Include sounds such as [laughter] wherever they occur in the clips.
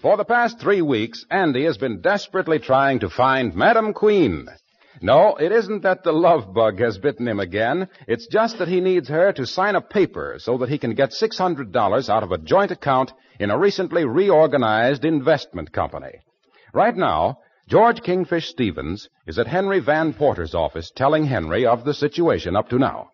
For the past three weeks, Andy has been desperately trying to find Madam Queen. No, it isn't that the love bug has bitten him again. It's just that he needs her to sign a paper so that he can get $600 out of a joint account in a recently reorganized investment company. Right now, George Kingfish Stevens is at Henry Van Porter's office telling Henry of the situation up to now.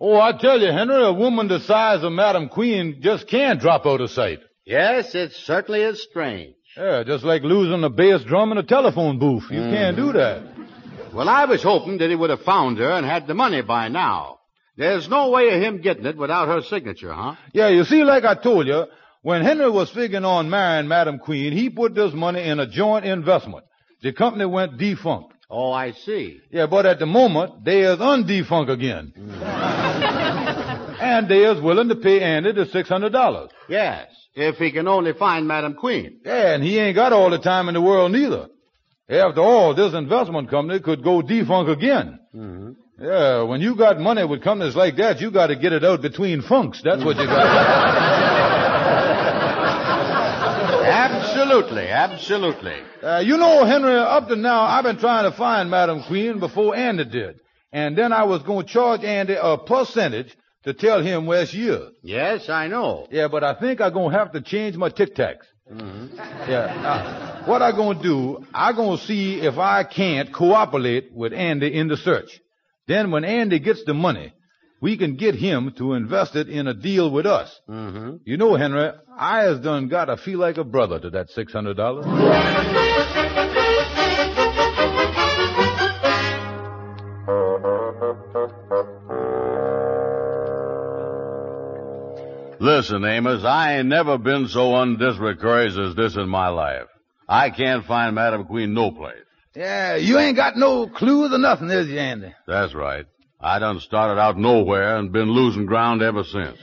Oh, I tell you, Henry, a woman the size of Madam Queen just can't drop out of sight. Yes, it certainly is strange. Yeah, just like losing a bass drum in a telephone booth. You can't do that. Well, I was hoping that he would have found her and had the money by now. There's no way of him getting it without her signature, huh? Yeah, you see, like I told you, when Henry was figuring on marrying Madam Queen, he put this money in a joint investment. The company went defunct. Oh, I see. Yeah, but at the moment, they is undefunct again. [laughs] and they is willing to pay Andy the $600. Yes, if he can only find Madam Queen. Yeah, and he ain't got all the time in the world neither. After all, this investment company could go defunct again. Yeah, when you got money with companies like that, you got to get it out between funks. That's what you got. Absolutely, absolutely. uh, you know, Henry, up to now, I've been trying to find Madam Queen before Andy did. And then I was going to charge Andy a percentage to tell him where she is. Yes, I know. Yeah, but I think I'm gonna have to change my tic tacs. Yeah. Uh, what I gonna do? I gonna see if I can't cooperate with Andy in the search. Then when Andy gets the money, we can get him to invest it in a deal with us. Mm-hmm. You know, Henry, I has done got to feel like a brother to that six hundred dollars. Listen, Amos, I ain't never been so undiscouraged as this in my life. I can't find Madam Queen no place. Yeah, you ain't got no clues or nothing, is you, Andy? That's right. I done started out nowhere and been losing ground ever since.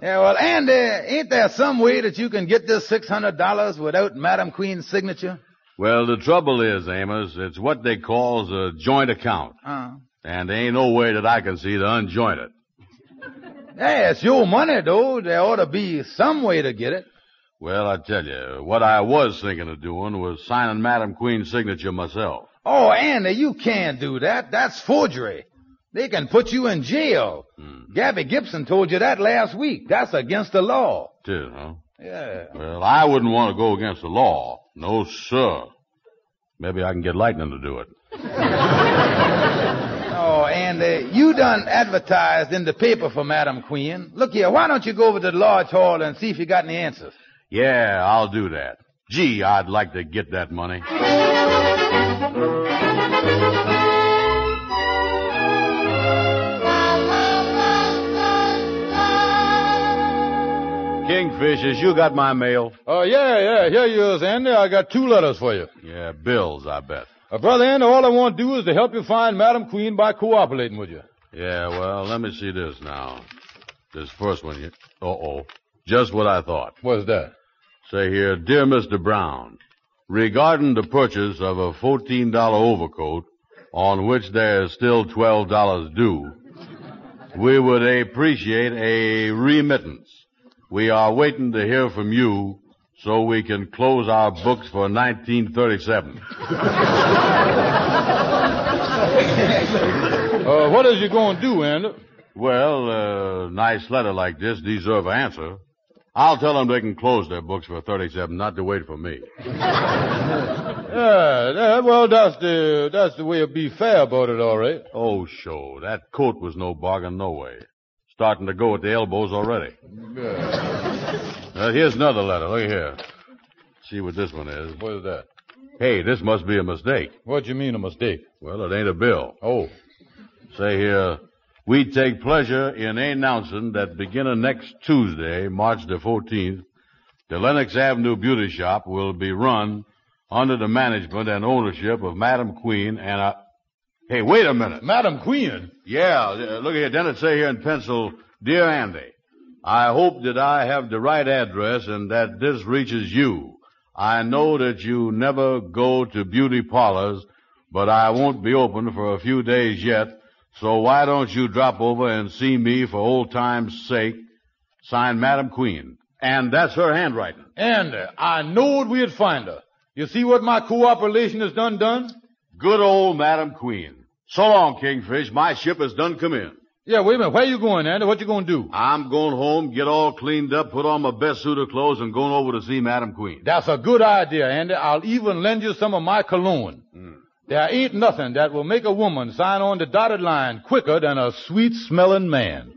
Yeah, well, Andy, ain't there some way that you can get this six hundred dollars without Madam Queen's signature? Well, the trouble is, Amos, it's what they calls a joint account. Uh. And there ain't no way that I can see to unjoint it. Yeah, it's your money, though. There ought to be some way to get it. Well, I tell you, what I was thinking of doing was signing Madam Queen's signature myself. Oh, Andy, you can't do that. That's forgery. They can put you in jail. Gabby Gibson told you that last week. That's against the law. Too, huh? Yeah. Well, I wouldn't want to go against the law. No, sir. Maybe I can get Lightning to do it. Oh, Andy, you done advertised in the paper for Madam Queen. Look here, why don't you go over to the large hall and see if you got any answers? Yeah, I'll do that. Gee, I'd like to get that money. Kingfishers, you got my mail? Oh, yeah, yeah, here you is, Andy. I got two letters for you. Yeah, bills, I bet. Uh, Brother Andy, all I want to do is to help you find Madam Queen by cooperating with you. Yeah, well, let me see this now. This first one, you- uh-oh. Just what I thought. What's that? Say here, dear Mr. Brown, regarding the purchase of a $14 overcoat on which there is still $12 due, we would appreciate a remittance. We are waiting to hear from you so we can close our books for 1937. Uh, what is you going to do, Andy? Well, uh, nice letter like this deserve an answer. I'll tell them they can close their books for 37, not to wait for me. Yeah, yeah, well, that's the, that's the way to be fair about it, all right. Oh, sure. That coat was no bargain, no way. Starting to go at the elbows already. Uh, here's another letter. Look here. See what this one is. What is that? Hey, this must be a mistake. What do you mean a mistake? Well, it ain't a bill. Oh. Say here, we take pleasure in announcing that beginning next Tuesday, March the 14th, the Lenox Avenue Beauty Shop will be run under the management and ownership of Madam Queen and a... Hey, wait a minute. Madam Queen? Yeah, uh, look here. Then it say here in pencil, Dear Andy, I hope that I have the right address and that this reaches you. I know that you never go to beauty parlors, but I won't be open for a few days yet, so why don't you drop over and see me for old time's sake? Signed, Madam Queen. And that's her handwriting. Andy, I knowed we'd find her. You see what my cooperation has done done? Good old Madam Queen. So long, Kingfish. My ship has done come in. Yeah, wait a minute. Where you going, Andy? What you gonna do? I'm going home, get all cleaned up, put on my best suit of clothes, and going over to see Madam Queen. That's a good idea, Andy. I'll even lend you some of my cologne. There ain't nothing that will make a woman sign on the dotted line quicker than a sweet smelling man.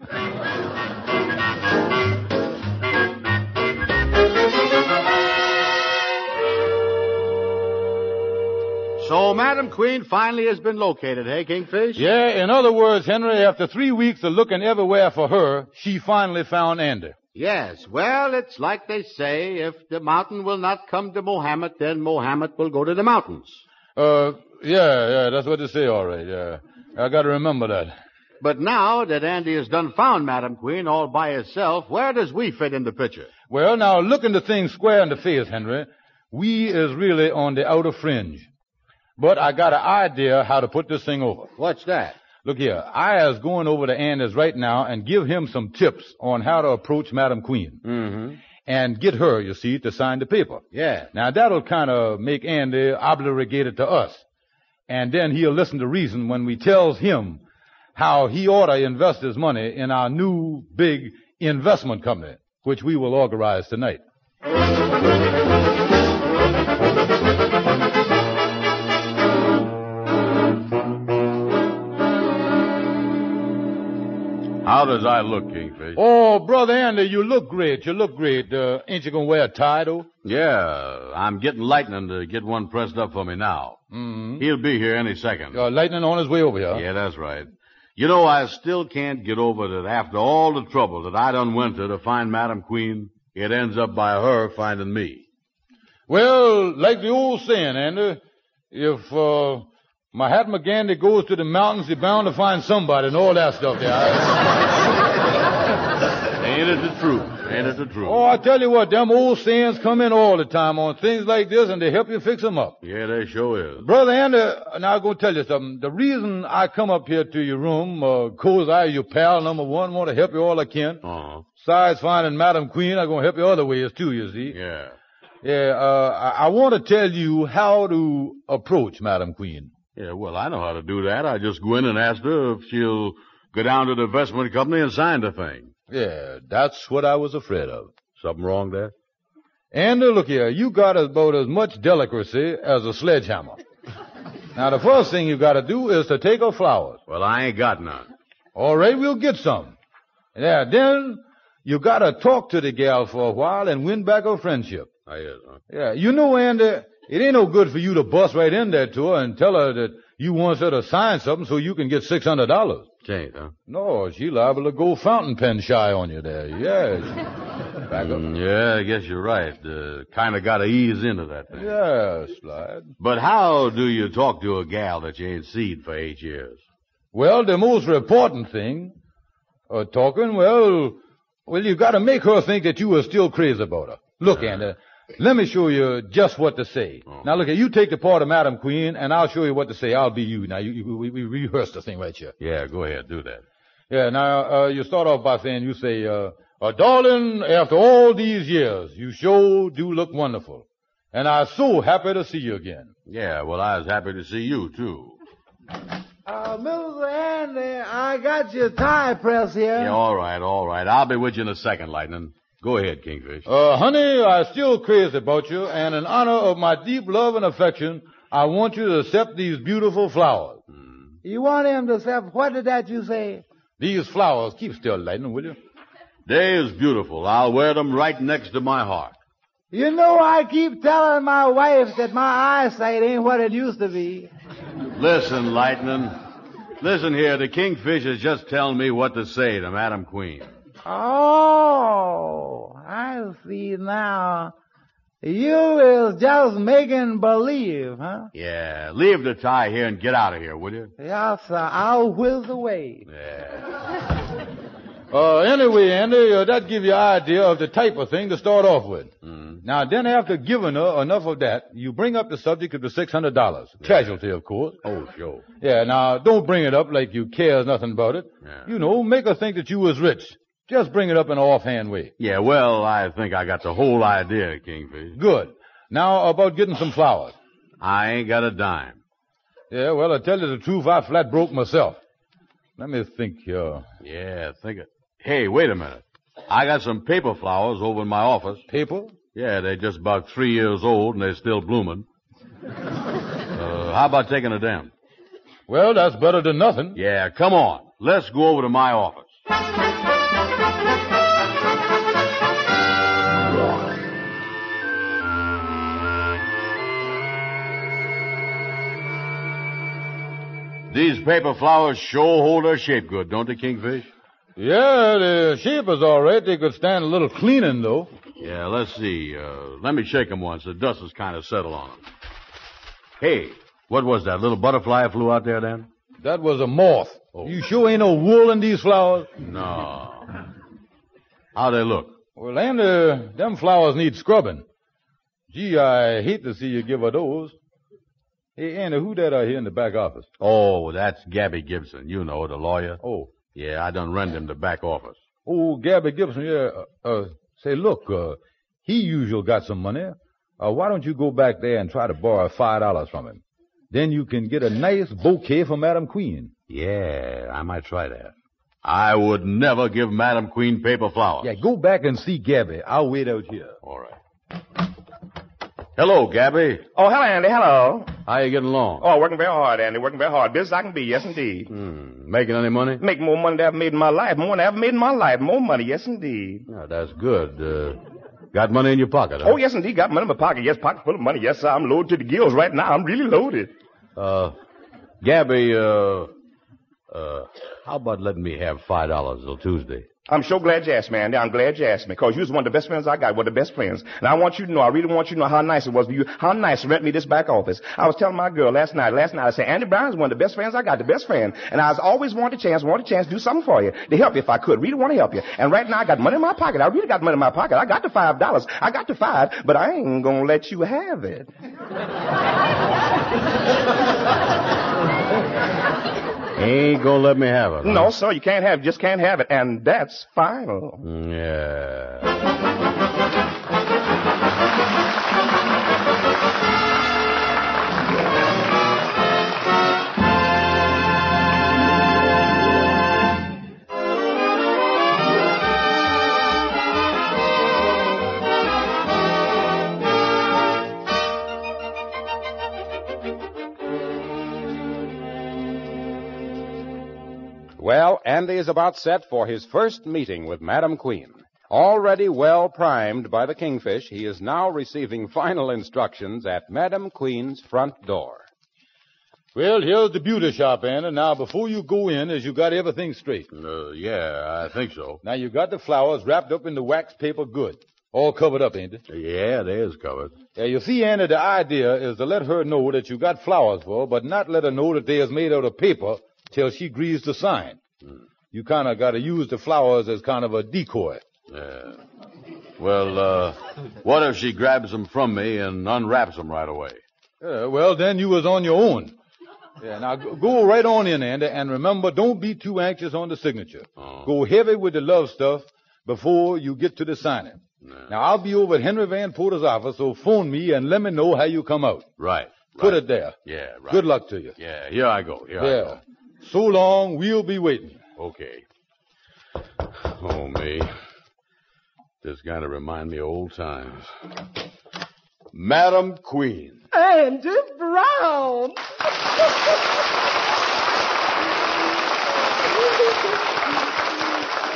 So Madam Queen finally has been located, hey, Kingfish? Yeah, in other words, Henry, after three weeks of looking everywhere for her, she finally found Andy. Yes. Well, it's like they say, if the mountain will not come to Mohammed, then Mohammed will go to the mountains. Uh, yeah, yeah, that's what they say, all right, yeah. I gotta remember that. But now that Andy has done found Madam Queen all by herself, where does we fit in the picture? Well, now, looking the thing square in the face, Henry, we is really on the outer fringe. But I got an idea how to put this thing over. What's that? Look here, I is going over to Anders right now and give him some tips on how to approach Madam Queen. Mm-hmm. And get her, you see, to sign the paper. Yeah. Now that'll kind of make Andy obligated to us. And then he'll listen to reason when we tells him how he ought to invest his money in our new big investment company, which we will organize tonight. How does I look, Kingfish? Oh, brother Andy, you look great. You look great. Uh, ain't you gonna wear a tie though? Yeah, I'm getting Lightning to get one pressed up for me now. Mm-hmm. He'll be here any second. Uh, lightning on his way over here. Yeah, that's right. You know, I still can't get over that after all the trouble that I done went to to find Madam Queen, it ends up by her finding me. Well, like the old saying, Andy, if uh, Mahatma Gandhi goes to the mountains, he's bound to find somebody and all that stuff there. Ain't it the truth? Ain't it the truth? Oh, I tell you what, them old sayings come in all the time on things like this, and they help you fix 'em up. Yeah, they sure is. Brother Andy, now I'm going to tell you something. The reason I come up here to your room, uh, cause I, your pal number one, want to help you all I can. Uh-huh. Besides finding Madam Queen, I'm going to help you other ways too, you see. Yeah. Yeah, uh, I, I want to tell you how to approach Madam Queen. Yeah, well, I know how to do that. I just go in and ask her if she'll go down to the investment company and sign the thing. Yeah, that's what I was afraid of. Something wrong there? Andy, look here, you got about as much delicacy as a sledgehammer. now, the first thing you got to do is to take her flowers. Well, I ain't got none. All right, we'll get some. Yeah, then you got to talk to the gal for a while and win back her friendship. I uh, is, huh? Yeah, you know, Andy, it ain't no good for you to bust right in there to her and tell her that you want her to sign something so you can get six hundred dollars. Change, huh? No, she liable to go fountain pen shy on you there. Yeah, [laughs] back up. Mm, yeah, I guess you're right. Uh, kind of got to ease into that thing. Yeah, slide. But how do you talk to a gal that you ain't seen for eight years? Well, the most important thing, uh, talking, well, well, you gotta make her think that you are still crazy about her. Look, Andy, let me show you just what to say. Oh. Now look, you take the part of Madam Queen, and I'll show you what to say. I'll be you. Now, you, you, we, we rehearsed the thing right here. Yeah, go ahead, do that. Yeah, now, uh, you start off by saying, you say, uh, uh, darling, after all these years, you sure do look wonderful. And I'm so happy to see you again. Yeah, well, I was happy to see you too. Uh, Mr. Andy, I got your tie press here. Yeah, all right, all right. I'll be with you in a second, Lightning. Go ahead, Kingfish. Uh, honey, I'm still crazy about you, and in honor of my deep love and affection, I want you to accept these beautiful flowers. Mm. You want him to accept, what did that you say? These flowers, keep still, Lightning, will you? Day is beautiful. I'll wear them right next to my heart. You know I keep telling my wife that my eyesight ain't what it used to be. Listen, Lightning. Listen here, the Kingfish is just telling me what to say to Madam Queen. Oh, I see now. You is just making believe, huh? Yeah, leave the tie here and get out of here, will you? Yes, sir, I'll whiz away. Yeah. Uh, anyway, Andy, uh, that give you an idea of the type of thing to start off with. Mm. Now, then after giving her enough of that, you bring up the subject of the $600. Casualty, of course. Oh, sure. Yeah, now, don't bring it up like you cares nothing about it. Yeah. You know, make her think that you was rich. Just bring it up in an offhand way. Yeah, well, I think I got the whole idea, Kingfish. Good. Now about getting some flowers. I ain't got a dime. Yeah, well, I tell you the truth, I flat broke myself. Let me think here. Yeah, think it. Hey, wait a minute. I got some paper flowers over in my office. Paper? Yeah, they're just about three years old and they're still blooming. Uh, how about taking a damn? Well, that's better than nothing. Yeah, come on. Let's go over to my office. These paper flowers sure hold their shape good, don't they, Kingfish? Yeah, the sheep is all right. They could stand a little cleaning, though. Yeah, let's see. Uh, let me shake 'em once. The dust has kind of settled on 'em. Hey, what was that little butterfly flew out there, then? That was a moth. You sure ain't no wool in these flowers? No. How they look? Well, Andy, them flowers need scrubbing. Gee, I hate to see you give her those. Hey, Andy, who that I hear in the back office? Oh, that's Gabby Gibson. You know, the lawyer. Oh, Yeah, I done run him to back office. oh, Gabby Gibson. Yeah, uh, uh say, look, uh, he usually got some money. Uh, why don't you go back there and try to borrow five dollars from him? Then you can get a nice bouquet for Madam Queen. Yeah, I might try that. I would never give Madam Queen paper flowers. Yeah, go back and see Gabby. I'll wait out here. All right. Hello, Gabby. Oh, hello, Andy. Hello. How you getting along? Oh, working very hard, Andy. Working very hard. Busy as I can be. Yes, indeed. Hmm, making any money? Make more money than I've made in my life. More than I've made in my life. More money. Yes, indeed. Yeah, that's good. Uh, got money in your pocket, huh? Oh, yes, indeed. Got money in my pocket. Yes, pocket full of money. Yes, sir. I'm loaded to the gills right now. I'm really loaded. Uh, Gabby, uh, uh, how about letting me have five dollars till Tuesday? I'm so glad you asked me, Andy. I'm glad you asked me. Cause you was one of the best friends I got. One of the best friends. And I want you to know, I really want you to know how nice it was for you. How nice to rent me this back office. I was telling my girl last night, last night, I said, Andy Brown's one of the best friends I got, the best friend. And I was always wanted a chance, wanted a chance to do something for you. To help you if I could. Really want to help you. And right now I got money in my pocket. I really got money in my pocket. I got the five dollars. I got the five, but I ain't gonna let you have it. Ain't gonna let me have Mm. it. huh? No, sir, you can't have it. Just can't have it. And that's final. Mm, Yeah. Well, Andy is about set for his first meeting with Madam Queen. Already well primed by the kingfish, he is now receiving final instructions at Madam Queen's front door. Well, here's the beauty shop, Anna. Now, before you go in, is you got everything straight. Uh, yeah, I think so. Now, you got the flowers wrapped up in the wax paper good. All covered up, ain't it? Yeah, it is covered. Yeah, you see, Anna, the idea is to let her know that you got flowers for her, but not let her know that they is made out of paper till she agrees to sign. Hmm. You kind of got to use the flowers as kind of a decoy. Yeah. Well, uh, what if she grabs them from me and unwraps them right away? Uh, Yeah, well, then you was on your own. Yeah, now go- go right on in, Andy, and remember, don't be too anxious on the signature. Oh. Go heavy with the love stuff before you get to the signing. Now, I'll be over at Henry Van Porter's office, so phone me and let me know how you come out. Right. Put right. it there. Yeah, right. Good luck to you. Yeah, here I go. Here I Yeah. go. So long, we'll be waiting. Okay. Oh, me. This gotta remind me of old times. Madam Queen. Andy [laughs] Brown.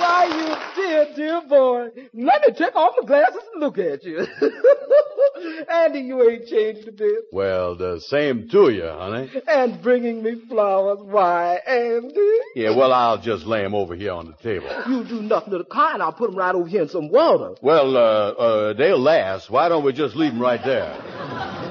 Why, you dear, dear boy. Let me take off my glasses and look at [laughs] you. Andy, you ain't changed a bit. Well, the same to you, honey. And bringing me flowers. Why, Andy? Yeah, well, I'll just lay 'em over here on the table. You do nothing to the kind. I'll put 'em right over here in some water. Well, uh, uh, they'll last. Why don't we just leave 'em right there?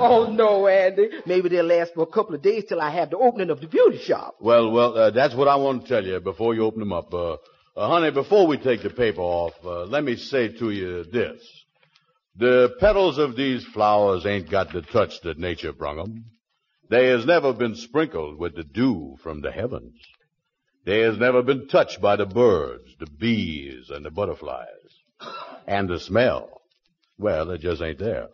Oh, no, Andy. Maybe they'll last for a couple of days till I have the opening of the beauty shop. Well, well, uh, that's what I want to tell you before you open 'em up. Uh, uh, honey, before we take the paper off, uh, let me say to you this. The petals of these flowers ain't got the touch that nature brung 'em. They has never been sprinkled with the dew from the heavens. They has never been touched by the birds, the bees, and the butterflies. And the smell. Well, it just ain't there.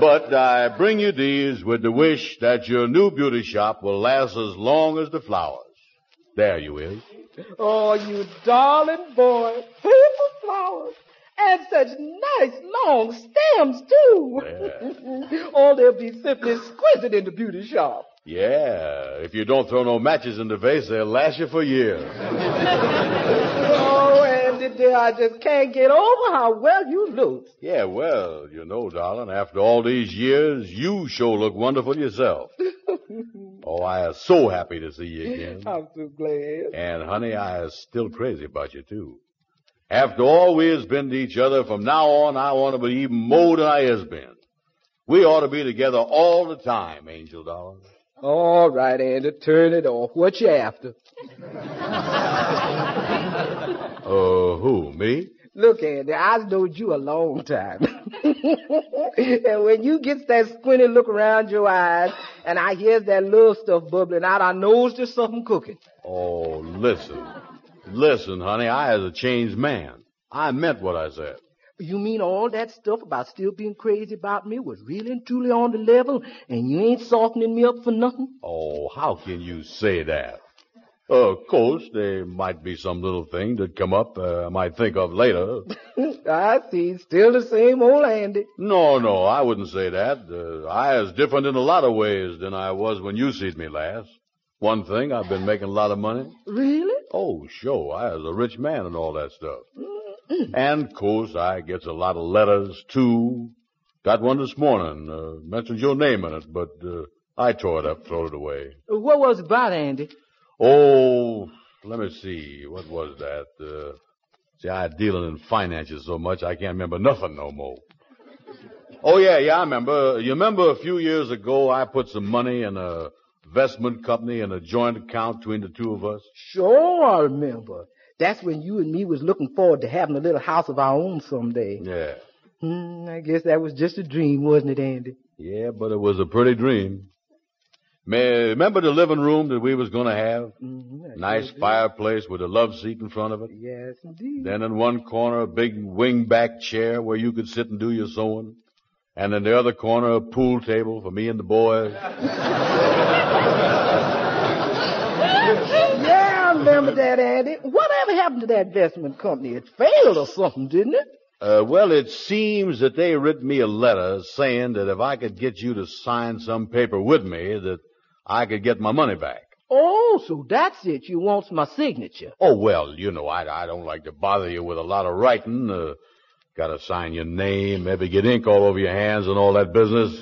but uh, I bring you these with the wish that your new beauty shop will last as long as the flowers. There you is. Oh, you darling boy. Paper flowers. And such nice long stems, too. [laughs] oh, they'll be simply exquisite in the beauty shop. Yeah, if you don't throw no matches in the vase, they'll last you for years. Oh, Andy, dear, I just can't get over how well you look. Yeah, well, you know, darling, after all these years, you sure look wonderful yourself. oh, I am so happy to see you again. I'm so glad. And honey, I is still crazy about you too. After all we has been to each other, from now on I want to be even more than I has been. We ought to be together all the time, Angel darling. All right, Andy, turn it off. What you after? Uh, who, me? Look, Andy, I've known you a long time. [laughs] and when you gets that squinty look around your eyes, and I hears that little stuff bubbling out, I knows there's something cooking. Oh, listen. Listen, honey, I is a changed man. I meant what I said. You mean all that stuff about still being crazy about me was really and truly on the level, and you ain't softening me up for nothing? [laughs] Oh, how can you say that? Of course, there might be some little thing that come up uh, I might think of later. I see, still the same old Andy. No, no, I wouldn't say that. Uh, I is different in a lot of ways than I was when you seed me last. One thing, I've been making a lot of money. Really? Oh, sure, I is a rich man and all that stuff. And, of course, I gets a lot of letters, too. Got one this morning, uh, mentioned your name in it, but uh, I tore it up, throwed it away. What was it about, Andy? Oh, let me see, what was that? Uh, see, I dealing in finances so much I can't remember nothing no more. Oh yeah, yeah, I remember. You remember a few years ago I put some money in a investment company in a joint account between the two of us? Sure, I remember. That's when you and me was looking forward to having a little house of our own someday. Yeah. Hmm, I guess that was just a dream, wasn't it, Andy? Yeah, but it was a pretty dream. May, remember the living room that we was gonna have? Mhm, I Nice sure do. fireplace with a love seat in front of it. Yes, indeed. Then in one corner, a big wingback chair where you could sit and do your sewing. And in the other corner, a pool table for me and the boys. yeah, I remember that, Andy. Whatever happened to that investment company? It failed or something, didn't it? Uh, well, it seems that they writ me a letter saying that if I could get you to sign some paper with me, that I could get my money back. Oh, so that's it. You wants my signature. Oh, well, you know, I, I don't like to bother you with a lot of writing. Uh, gotta sign your name, maybe get ink all over your hands and all that business.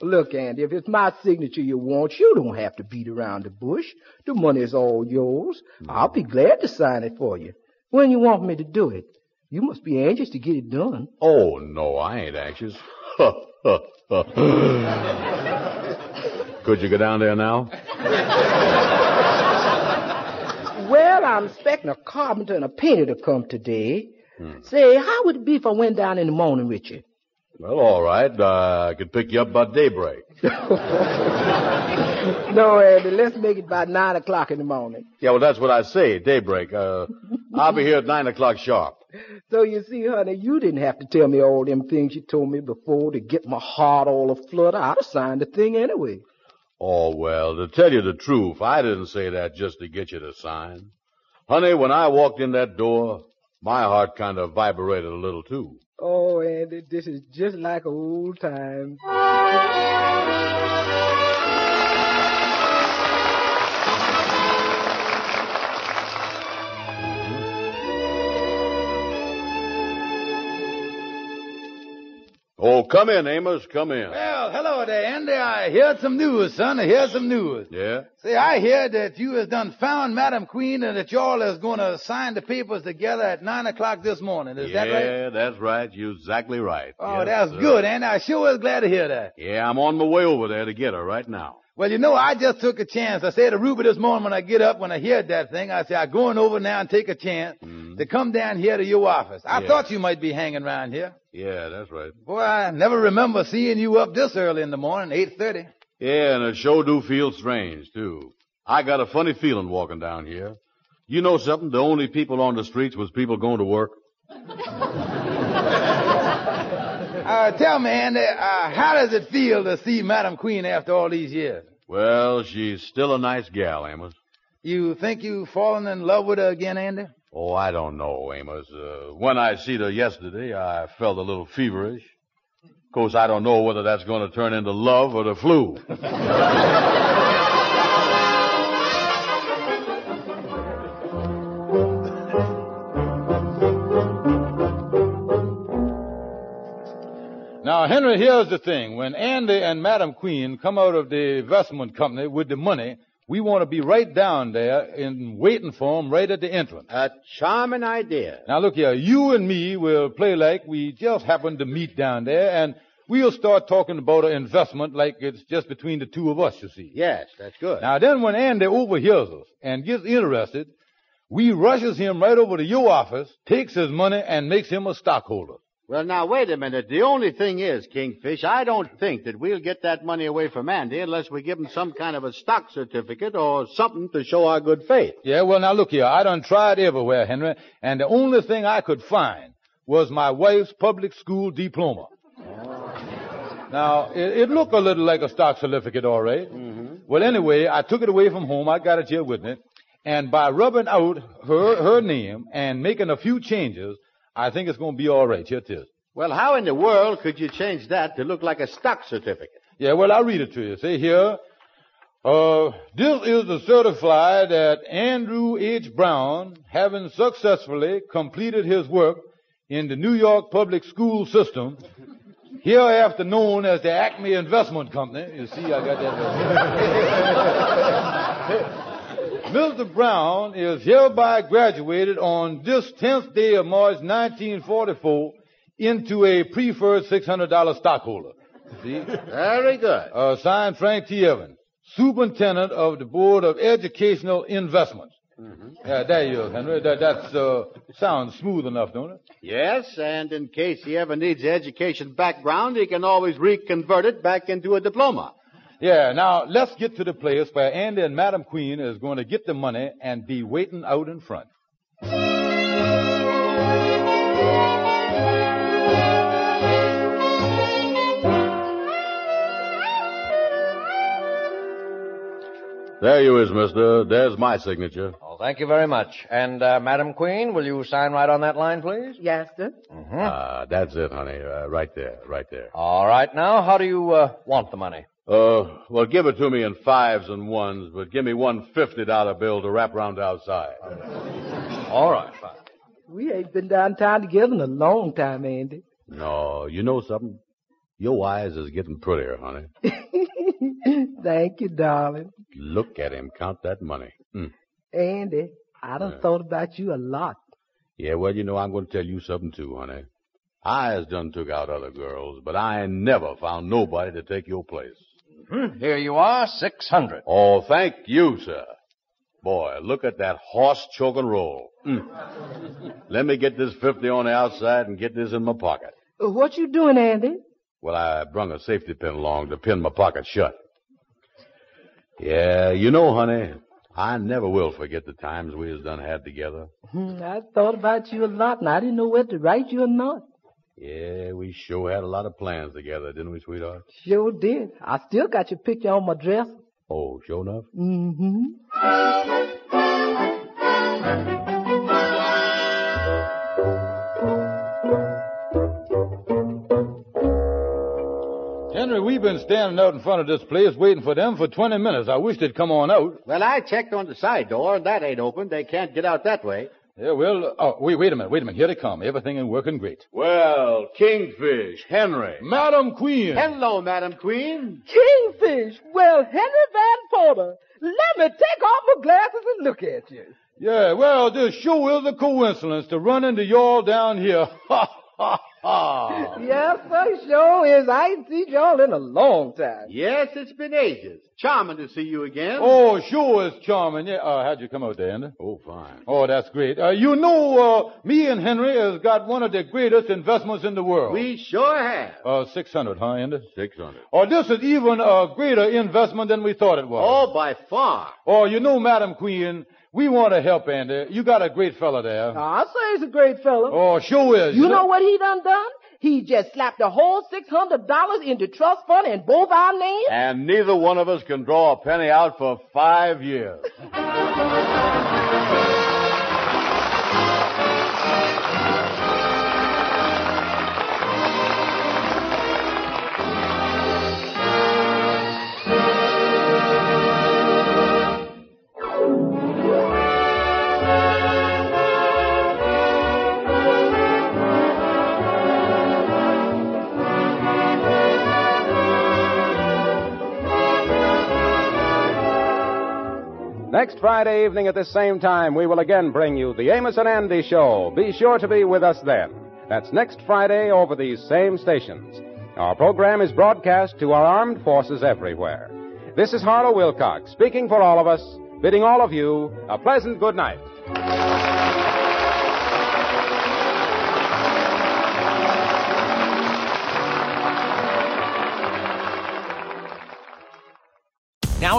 Look, Andy, if it's my signature you want, you don't have to beat around the bush. The money's all yours. I'll be glad to sign it for you. When you want me to do it, you must be anxious to get it done. Oh, no, I ain't anxious. [laughs] Could you go down there now? Well, I'm expecting a carpenter and a painter to come today. Say, how would it be if I went down in the morning with you? Well, all right. Uh, I could pick you up by daybreak. No, Andy, let's make it by nine o'clock in the morning. Yeah, well, that's what I say, daybreak. Uh, I'll be here at 9 o'clock sharp. So you see, honey, you didn't have to tell me all them things you told me before to get my heart all aflutter. I'd have signed the thing anyway. Oh, well, to tell you the truth, I didn't say that just to get you to sign. Honey, when I walked in that door, my heart kind of vibrated a little, too. Oh, Andy, this is just like old times. Oh, come in, Amos, come in. Well, hello there, Andy. I heard some news, son. I heard some news. Yeah? Say, I hear that you has done found Madam Queen and that y'all is going to sign the papers together at nine o'clock this morning. Is yeah, that right? that's right. You're exactly right. Oh, Yes, that's sir. good, Andy. I sure was glad to hear that. Yeah, I'm on my way over there to get her right now. Well, you know, I just took a chance. I said to Ruby this morning when I get up, when I heard that thing, I said, I'm going over now and take a chance to come down here to your office. I Mm-hmm. Yeah. thought you might be hanging around here. Yeah, that's right. Boy, I never remember seeing you up this early in the morning, 8.30. Yeah, and it sure do feel strange, too. I got a funny feeling walking down here. You know something? The only people on the streets was people going to work. Uh, tell me, Andy, uh, how does it feel to see Madam Queen after all these years? Well, she's still a nice gal, Amos. You think you've fallen in love with her again, Andy? Oh, I don't know, Amos. Uh, when I seen her yesterday, I felt a little feverish. Of course, I don't know whether that's going to turn into love or the flu. Now, Henry, here's the thing. When Andy and Madam Queen come out of the investment company with the money, we want to be right down there and waiting for 'em right at the entrance. A charming idea. Now, look here. You and me will play like we just happened to meet down there, and we'll start talking about an investment like it's just between the two of us, you see. Yes, that's good. Now, then when Andy overhears us and gets interested, we rushes him right over to your office, takes his money, and makes him a stockholder. well, now wait a minute. The only thing is, Kingfish, I don't think that we'll get that money away from Andy unless we give him some kind of a stock certificate or something to show our good faith. Yeah, well, now look here. I done tried everywhere, Henry, and the only thing I could find was my wife's public school diploma. Now, it, it looked a little like a stock certificate, all right. Well, anyway, I took it away from home. I got it here with me. And by rubbing out her, her name and making a few changes, I think it's going to be all right. Here it is. Well, how in the world could you change that to look like a stock certificate? Yeah, well, I'll read it to you. See here. Uh, this is to certify that Andrew H. Brown, having successfully completed his work in the New York public school system, hereafter known as the Acme Investment Company. You see, I got that. right. [laughs] Mr. Brown is hereby graduated on this 10th day of March 1944 into a preferred $600 stockholder. See? Very good. Uh, signed Frank T. Evans, Superintendent of the Board of Educational Investments. Yeah, there you is, Henry. That that's, uh, sounds smooth enough, don't it? Yes, and in case he ever needs an education background, he can always reconvert it back into a diploma. Yeah, now let's get to the place where Andy and Madam Queen is going to get the money and be waiting out in front. There you is, mister. There's my signature. Well, thank you very much. And, uh, Madam Queen, will you sign right on that line, please? Yes, sir. Ah, that's it, honey. Uh, right there, right there. All right, now, how do you, uh, want the money? Uh, well, give it to me in fives and ones, but give me one fifty dollar bill to wrap around outside. All right, fine. We ain't been downtown together in a long time, Andy. No, you know something? Your eyes is getting prettier, honey. Thank you, darling. Look at him count that money. Mm. Andy, I done thought about you a lot. Yeah, well, you know, I'm going to tell you something too, honey. I has done took out other girls, but I ain't never found nobody to take your place. Here you are, 600. Oh, thank you, sir. Boy, look at that horse choking roll. Mm. Let me get this 50 on the outside and get this in my pocket. Uh, What you doing, Andy? Well, I brung a safety pin along to pin my pocket shut. Yeah, you know, honey, I never will forget the times we has done had together. Hmm, I thought about you a lot, and I didn't know whether to write you or not. Yeah, we sure had a lot of plans together, didn't we, sweetheart? Sure did. I still got your picture on my dress. Oh, sure enough. Mm-hmm. Henry, we've been standing out in front of this place waiting for them for 20 minutes. I wish they'd come on out. Well, I checked on the side door, and that ain't open. They can't get out that way. Yeah, well, oh, wait, wait a minute, wait a minute. Here they come. Everything is working great. Well, Kingfish, Henry. Madam Queen. Hello, Madam Queen. Kingfish. Well, Henry Van Porter, let me take off my glasses and look at you. [laughs] Yeah, well, this sure is a coincidence to run into y'all down here. Oh. Yes, sir, sure is. I ain't seen y'all in a long time. Yes, it's been ages. Charming to see you again. Oh, sure is charming. Yeah, uh, how'd you come out there, Andy? Oh, fine. Oh, that's great. Uh, you know, uh, me and Henry has got one of the greatest investments in the world. We sure have. Uh, 600, huh, Andy? 600. Oh, this is even a greater investment than we thought it was. Oh, by far. Oh, you know, Madam Queen, we want to help Andy. You got a great fella there. Uh, I say he's a great fellow. Oh, sure is. You know what he done done? He just slapped the whole six hundred dollars into trust fund and both our names. And neither one of us can draw a penny out for five years. Next Friday evening at this same time, we will again bring you the Amos and Andy Show. Be sure to be with us then. That's next Friday over these same stations. Our program is broadcast to our armed forces everywhere. This is Harlow Wilcox speaking for all of us, bidding all of you a pleasant good night. Now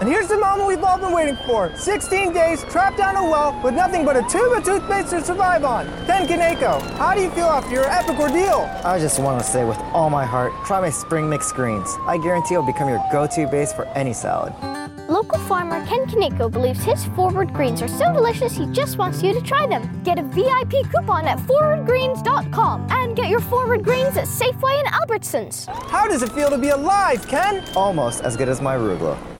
And here's the moment we've all been waiting for 16 days trapped down a well with nothing but a tube of toothpaste to survive on. Ken Kaneko, how do you feel after your epic ordeal? I just want to say with all my heart, try my spring mix greens. I guarantee it'll become your go-to base for any salad. Local farmer Ken Kaneko believes his Forward Greens are so delicious he just wants you to try them. Get a VIP coupon at forwardgreens.com and get your Forward Greens at Safeway and Albertsons. How does it feel to be alive, Ken? Almost as good as my arugula.